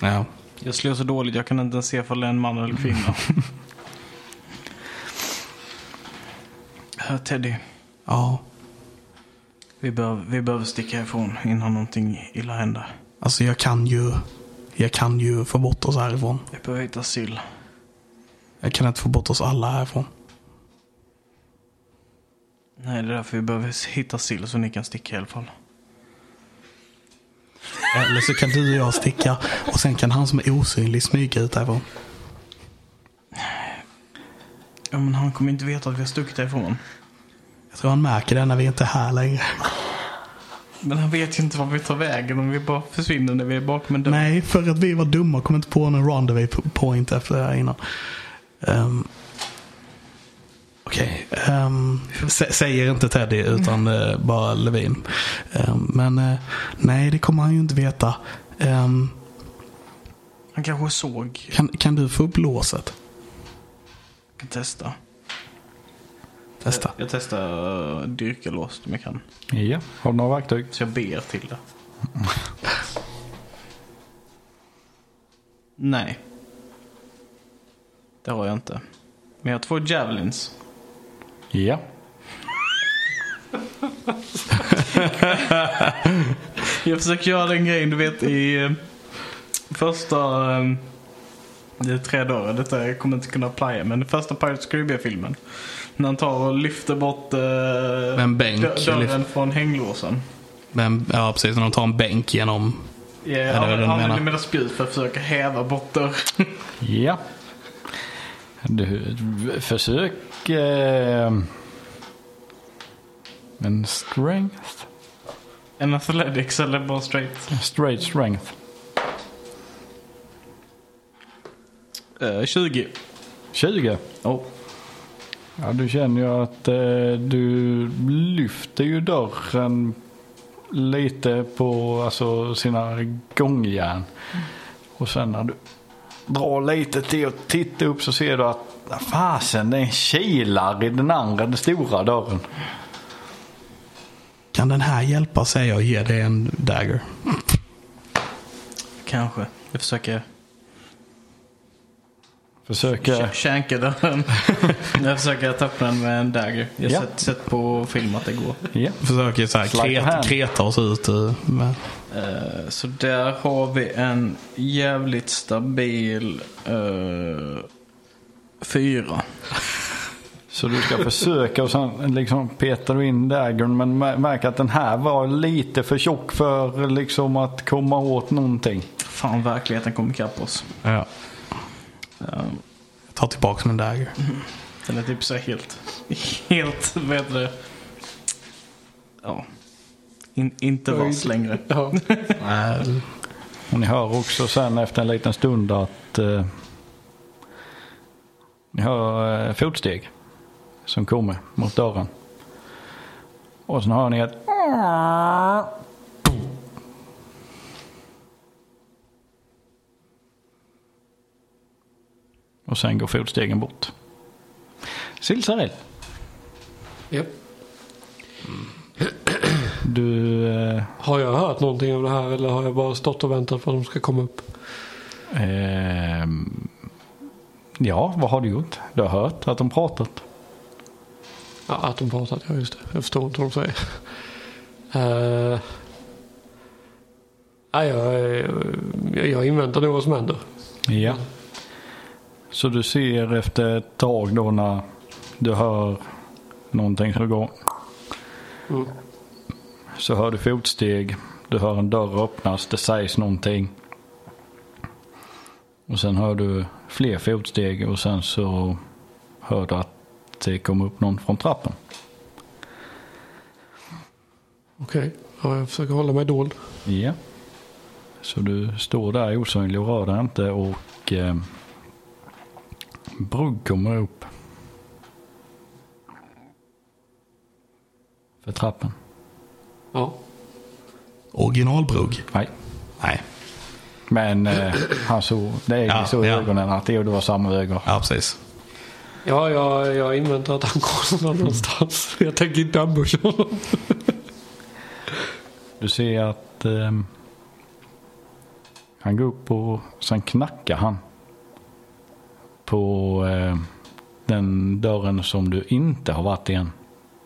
Ja. Jag slår så dåligt jag kan inte ens se ifall det är en man eller kvinna. Hör Teddy, ja. vi behöver, vi behöver sticka ifrån innan någonting illa händer. Alltså jag kan ju... Jag kan ju få bort oss härifrån. Vi behöver hitta sill. Jag kan inte få bort oss alla härifrån. Nej, det är därför vi behöver hitta sill så ni kan sticka i alla fall. Eller så kan du och jag sticka och sen kan han som är osynlig smyga ut härifrån. Ja, men han kommer inte veta att vi har stuckit ifrån. Jag tror han märker det när vi inte är här längre. Men han vet ju inte var vi tar vägen om vi bara försvinner när vi är bakom en dörr. Nej, för att vi var dumma och kom inte på någon rendezvous po- point efter det här innan. Ehm, Okej. ehm, sä- säger inte Teddy utan eh, bara Levin. Ehm, men eh, nej, det kommer han ju inte veta. Ehm, Han kanske såg. kan, kan du få upp låset? Jag kan testa. Testa. Jag, jag testar uh, dyrkelås om jag kan. ja, har du några verktyg? Så jag ber till det. Nej. Det har jag inte. Men jag har två javelins. Ja. Jag försöker göra den grejen du vet i eh, första... eh, Det är tre dörrar, detta jag kommer inte kunna playa. Men i första Pirates Caribbean-filmen. När han tar och lyfter bort eh, en bänk, dö- dörren lyft- från hänglåsen. Men, ja, precis. När de tar en bänk genom... Yeah, det vad du han använder menar? mina spjut för att försöka häva bort dörren. Ja. Du, försök... Eh, en strength? En athletics eller bara straight? Straight strength. 20. 20. Oh. Ja, du känner ju att eh, du lyfter ju dörren lite på alltså, sina gångjärn. Och sen när du drar lite till och tittar upp så ser du att "Ah, fasen det är en kilar i den andra, den stora dörren. Kan den här hjälpa, säger jag och ger dig en dagger. Kanske. Jag försöker Försöker... kä- känka dörren. jag försöker att öppna den med en dagger. Jag Ja. har sett, sett på film att det går. Ja. Försöker så här Slide of kreta, hand. kreta oss ut. eh, Men, Eh, Så där har vi en jävligt stabil eh, fyra. Så du ska försöka och sen liksom petar du in daggern men mä- märker att den här var lite för tjock för liksom att komma åt någonting. Fan, verkligheten kom ikapp oss. ja. Jag tar tillbaka min dagger. Den är typ så här helt, helt, vad heter det? Ja. In, inte vass längre. Ja. Nej, Och ni hör också sen efter en liten stund att eh, ni hör eh, fotsteg som kommer mot dörren. Och sen hör ni ett Och sen går fotstegen bort. Silsarell, Japp. du eh, Har jag hört någonting om det här eller har jag bara stått och väntat på att de ska komma upp? Ehm, ja, vad har du gjort? Du har hört att de pratat. Ja, att de pratat, ja just det. Jag förstår inte vad de säger. Eh, nej, jag, jag, jag inväntar nog vad som händer. Ja. Så du ser efter ett tag då när du hör någonting som går. Mm. Så hör du fotsteg. Du hör en dörr öppnas. Det sägs någonting. Och sen hör du fler fotsteg och sen så hör du att det kommer upp någon från trappen. Okej, ja, jag försöker hålla mig dold. Ja. Så du står där osynlig och rör dig inte och eh, Brugg kommer upp. För trappen. Ja. Originalbrugg? Nej. Nej. Men eh, han såg, det är Ja, ja, så i ja. ögonen att det och du har samma ögon. Ja, precis. Ja, jag, jag inväntar att han kommer någonstans. Jag tänker inte ambusha honom. Du ser att ehm, han går upp och sen knackar han på eh, den dörren som du inte har varit i än.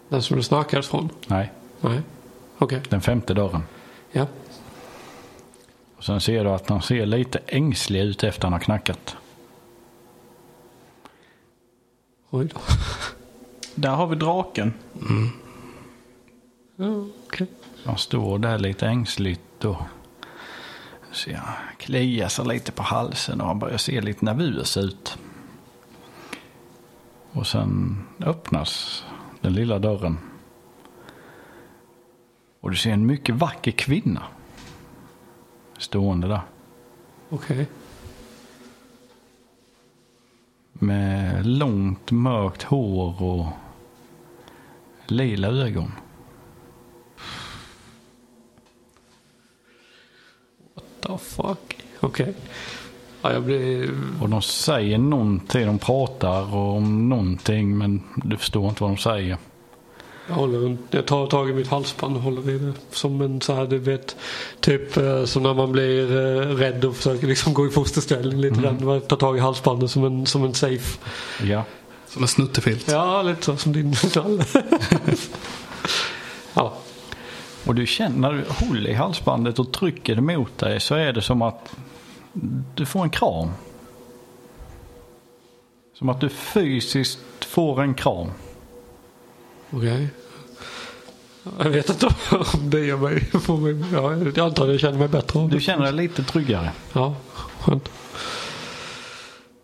Den som du snackar från? Nej, Nej. Okej. den femte dörren. Ja. Och sen ser du att han ser lite ängslig ut efter han har knackat. Oj då. Där har vi draken. Ja, okej. Han står där lite ängsligt och ser, kliar sig lite på halsen och han börjar se lite nervös ut. Och sen öppnas den lilla dörren. Och du ser en mycket vacker kvinna stående där. Okej. Med långt mörkt hår och lila ögon. The fuck. Okej. Ja, jag blir... Och de säger någonting, de pratar om någonting men du förstår inte vad de säger. Jag, håller, runt- jag tar tag i mitt halsband och håller vid det. Som en så här, du vet. Typ eh, som när man blir eh, rädd och försöker liksom gå i fosterställning. Lite den. Man tar tag i halsbandet som en, som en safe. Ja. Som en snuttefilt. Ja, lite så som din knall. ja. Och du känner, när du håller i halsbandet och trycker det mot dig så är det som att du får en kram. Som att du fysiskt får en kram. Okej. Jag vet inte om det gör mig... Får mig ja, jag antar att jag känner mig bättre av Du det. känner dig lite tryggare. Ja, skönt.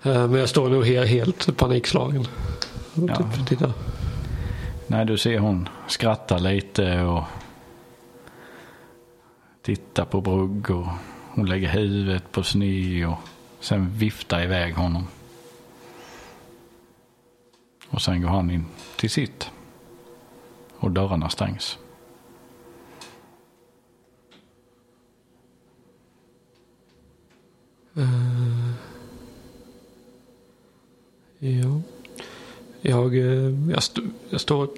Eh, Men jag står nog he- helt panikslagen. Ja. Typ, titta. Nej, du ser hon skrattar lite och tittar på Brugg och hon lägger huvudet på sne och sen viftar iväg honom. Och sen går han in till sitt. Och dörrarna stängs. Ja. Jag, eh, jag, st- jag, står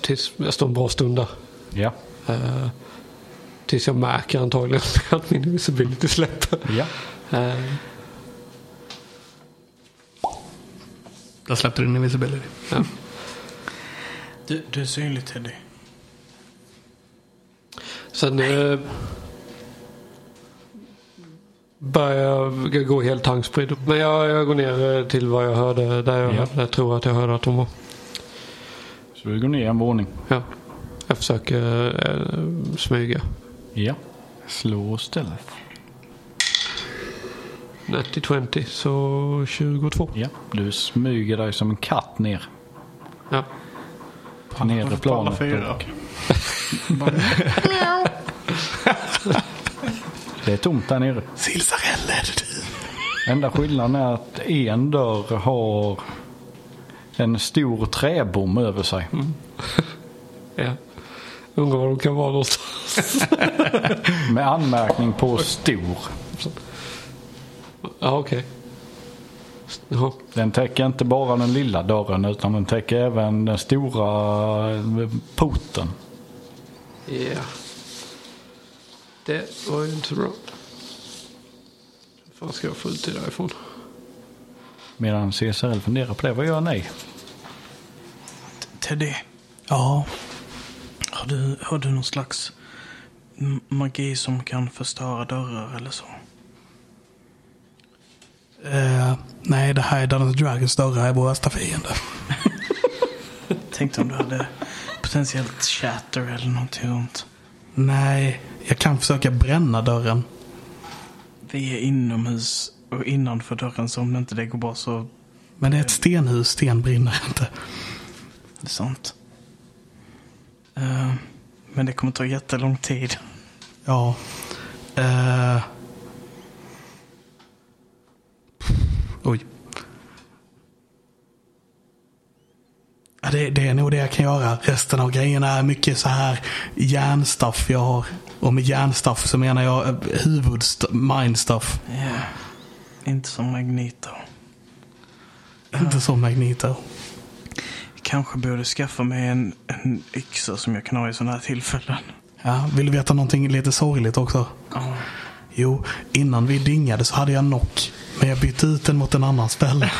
tills, jag står en bra stund där. Ja. Eh, Tills jag märker antagligen att min visibility släpper. Ja. Eh, Där släppte du in invisibility. Du, du är synlig Teddy. Sen eh, börjar jag gå helt tankspridd. Men jag, jag går ner eh, till vad jag hörde. Där jag, Ja. där jag tror att jag hörde att de var. Så du går ner en våning. Ja. Jag försöker eh, smyga. Ja. Slå stealth. 90-20, så 22. Ja. Du smyger dig som en katt ner. Ja. På nedre på alla planet. fyra. och- Det är tomt där nere. Silsarell är det du. Enda skillnaden är att en dörr har en stor träbom över sig. ja. Undrar var de kan vara någonstans. Med anmärkning på stor. Ja, okej. Ja. Den täcker inte bara den lilla dörren utan den täcker även den stora eh, porten. Ja. Det var ju inte så bra. Hur fan ska jag få ut det därifrån? Medan CSRL funderar på det. Vad gör ni? Teddy. Ja. Har du, har du någon slags m- magi som kan förstöra dörrar eller så? Eh, nej, det här är Dungeons and Dragons dörrar är vår värsta fiende. Tänkte om du hade potentiellt chatter eller någonting sånt. Nej, jag kan försöka bränna dörren. Vi är inomhus och innanför dörren så om det inte det går bra så... Men det är ett stenhus, sten brinner inte. Det är sant. Eh, men det kommer ta jättelång tid. Ja. Eh, Oj. Ja, det, det är nog det jag kan göra. Resten av grejerna är mycket så här hjärnstuff jag har. Och med hjärnstuff så menar jag eh, huvudst- mindstuff. Ja. Inte som Magneto. Inte som Magneto. Kanske borde skaffa mig en, en yxa som jag kan ha i sådana här tillfällen. Ja, vill du veta någonting lite sorgligt också? Ja. Jo, innan vi dingade så hade jag knock. Men jag bytte ut den mot en annan spel. Det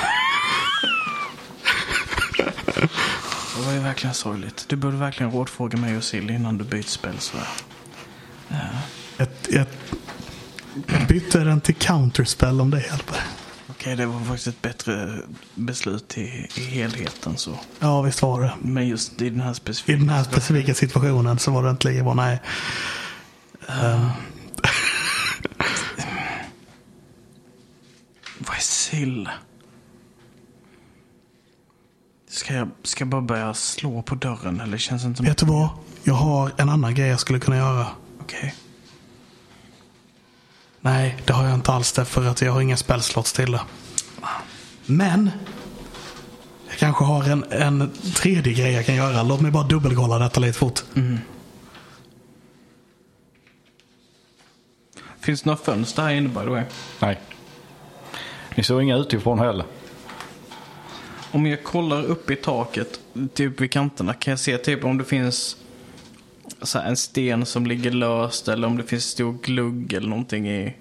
var ju verkligen sorgligt. Du borde verkligen rådfråga mig och Sill innan du byter spel så här. Jag, jag, jag bytte den till counterspell om det hjälper. Okej, det var faktiskt ett bättre beslut i, i helheten så. Ja, visst var det. Men just i den här I specifika... den här specifika situationen så var det inte lika bra. Nej. Vad är sill? Ska jag, ska jag bara börja slå på dörren eller känns det inte... Vet du vad? Jag har en annan grej jag skulle kunna göra. Okej. Nej, det har jag inte alls därför att jag har inga spellslots till det. Men. Jag kanske har en, en tredje grej jag kan göra. Låt mig bara dubbelkolla detta lite fort. Finns det några fönster här inne by the way? Nej. Ni såg inga utifrån heller. Om jag kollar upp i taket, typ vid kanterna, kan jag se typ om det finns så här, en sten som ligger löst eller om det finns stor glugg eller någonting i,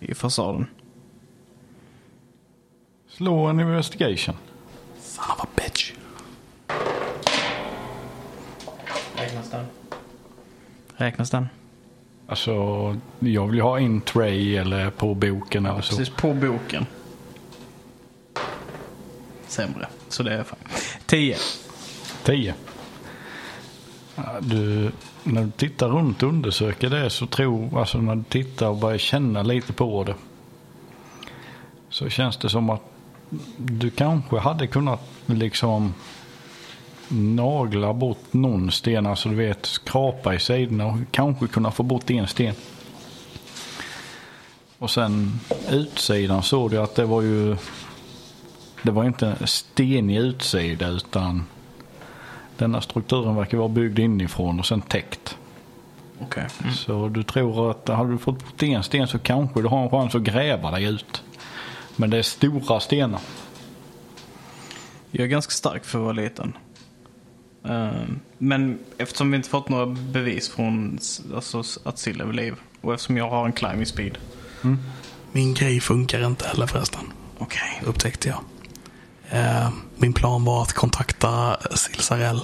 i fasaden? Slå en investigation. Son of a bitch. Räknas den? Räknas den? Alltså, jag vill ju ha in tray eller på boken eller så. Precis på boken. Sämre, så det är fan. 10. 10. Du, när du tittar runt och undersöker det så tror, alltså när du tittar och börjar känna lite på det. Så känns det som att du kanske hade kunnat liksom nagla bort någon sten, alltså du vet skrapa i sidorna och kanske kunna få bort en sten. Och sen utsidan såg du att det var ju, det var inte en stenig utsida utan denna strukturen verkar vara byggd inifrån och sen täckt. Okej. Mm. Så du tror att hade du fått bort en sten så kanske du har en chans att gräva dig ut. Men det är stora stenar. Jag är ganska stark för att vara liten. Ehm, Men eftersom vi inte fått några bevis från s- alltså, s- att Sill är vid liv och eftersom jag har en climbing speed. Min grej funkar inte heller förresten. Okej. Upptäckte jag. Eh, min plan var att kontakta Silsarell.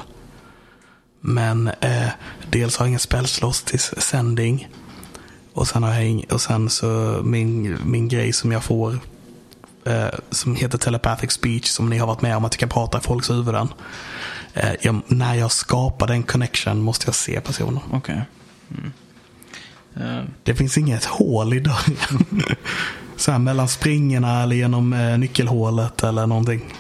Men eh, dels har jag ingen spellslås till s- sändning. Och sen, har jag ing- och sen så min, min grej som jag får. Eh, som heter telepathic speech. Som ni har varit med om att jag kan prata i folks huvuden. Eh, jag, när jag skapar den connection måste jag se personen. Okej. Mm. Eh, Det finns inget hål i dörren. Så här mellan springorna eller genom eh, nyckelhålet eller någonting.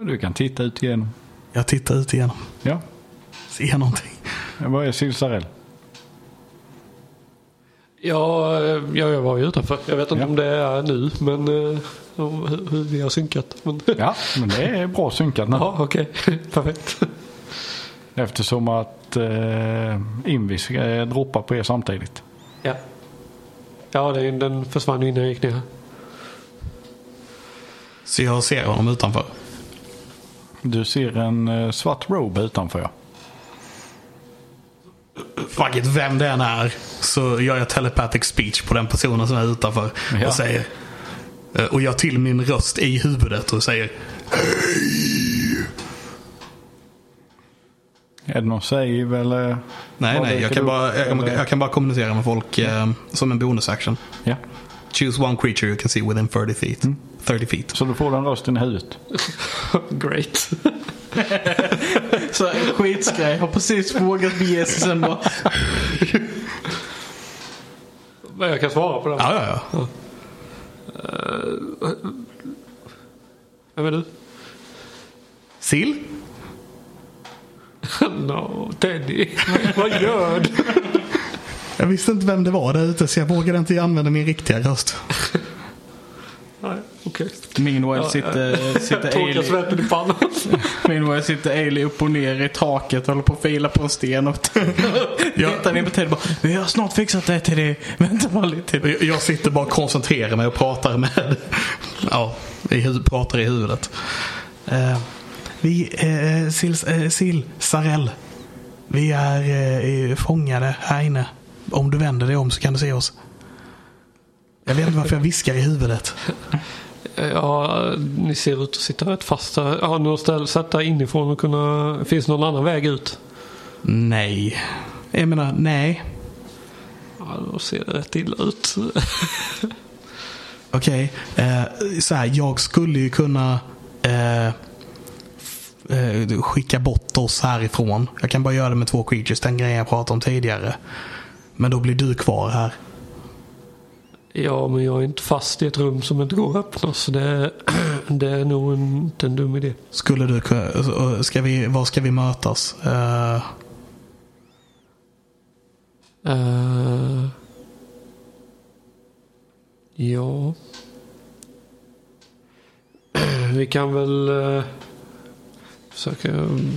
Du kan titta ut igenom. Jag tittar ut igenom. Ja, Ser någonting. vad är Silsarell? Ja, eh, ja, jag var ju utanför. Jag vet inte Ja. om det är nu, men eh, om hur, hur vi har synkat. Men, Ja, men det är bra synkat nu. ja, okej. Perfekt. Eftersom att eh, Invis eh, droppar på er samtidigt. Ja. Ja, den, den försvann ju innan jag gick ner. Så jag ser honom utanför. Du ser en eh, svart robe utanför. ja. Fuck it, vem det än är så gör jag telepathic speech på den personen som är utanför. Ja. Och säger eh, och jag till min röst i huvudet och säger Är det någon save eller? Nej, Vad nej, dyker jag kan, upp? bara, jag, kan- Eller- jag kan bara kommunicera med folk eh, som en bonusaction. Ja, Choose one creature you can see within 30 feet. 30 feet. så du får den rösten i huvudet. Great. Så här, skitskraj. Jag har precis frågat med Jesus sen bara. Men jag kan svara på den. Ja, ja, ja. Vem är du? Sill? no, Teddy. Vad gör du? Jag visste inte vem det var där ute så jag vågade inte använda min riktiga röst. Okej. Meanwhile Ja, sitter, sitter Torkar Ailey, svetten i pannan. meanwhile sitter Ailey upp och ner i taket och håller på att fila på en sten. Och tittar ner på Ted och bara Vi har snart fixat det till dig. Vänta bara lite till. Jag- Jag sitter bara och koncentrerar mig och pratar med... Ja, i hu- pratar i huvudet. Eh, vi, eh, Sil, eh, Sil Sarell. Vi är eh, eh, fångade här inne. Om du vänder dig om så kan du se oss. Jag vet inte varför jag viskar i huvudet. Ja, ni ser ut att sitta rätt fast där. Har ni något ställe sätt där inifrån och kunna... Finns det någon annan väg ut? Nej. Jag menar, nej. Ja, då ser det rätt illa ut. Okej. Eh, så här, jag skulle ju kunna eh, f- eh, skicka bort oss härifrån. Jag kan bara göra det med två creatures, den grejen jag pratade om tidigare. Men då blir du kvar här. Ja, men jag är inte fast i ett rum som inte går att öppna så det, det är nog inte en dum idé. Skulle du kunna, eh, ska vi, var ska vi mötas? Eh, Eh, ja. Vi kan väl eh, försöka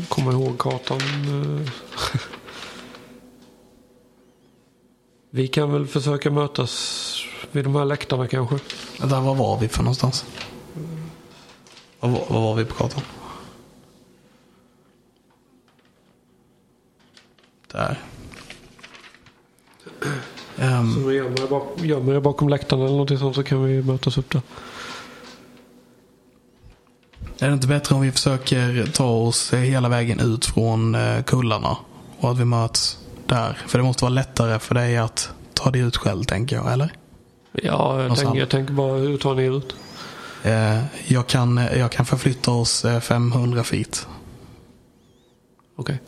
komma ihåg kartan. eh. Vi kan väl försöka mötas vid de här läktarna kanske. Där, var var vi för någonstans? Var, var- var var vi på kartan? Där. Ehm, Så vi gömmer er bak- gömmer er bakom läktarna eller någonting sånt så kan vi mötas upp där. är det inte bättre om vi försöker ta oss hela vägen ut från eh, kullarna? Och att vi möts där? För det måste vara lättare för dig att ta dig ut själv, tänker jag. Eller? Ja, jag, Någonstans. tänker, jag tänker bara hur tar ni er ut? Eh, jag, kan, jag kan förflytta oss eh, 500 feet. Okej.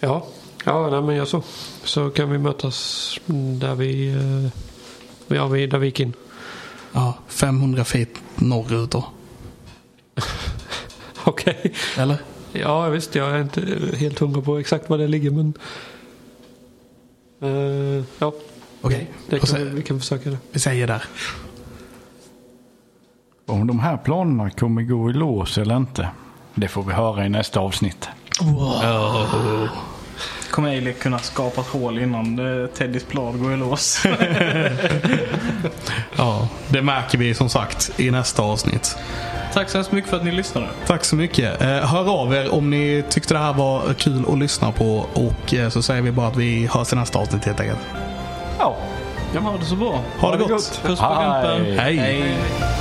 Ja, ja nej, men jag så. Så kan vi mötas där vi, eh, ja, vi, där vi gick in. Ja, 500 feet norrut då. Okej. Eller? Ja, visst. Jag är inte helt hundra på exakt var det ligger, men... eh, ja, Okej, det Och kan, vi- så- vi kan försöka det. vi säger där. Om de här planerna kommer gå i lås eller inte. Det får vi höra i nästa avsnitt. Kommer Ailey kunna skapa ett hål innan eh, Teddys plan går i lås? Ja, det märker vi som sagt i nästa avsnitt. Tack så hemskt mycket för att ni lyssnade. Tack så mycket. Eh, Hör av er om ni tyckte det här var kul att lyssna på. Och eh, så säger vi bara att vi hörs i nästa avsnitt helt enkelt. Ja, Ja, ha det så bra. Ha det gott! Puss på gumpen. Hej. Hej.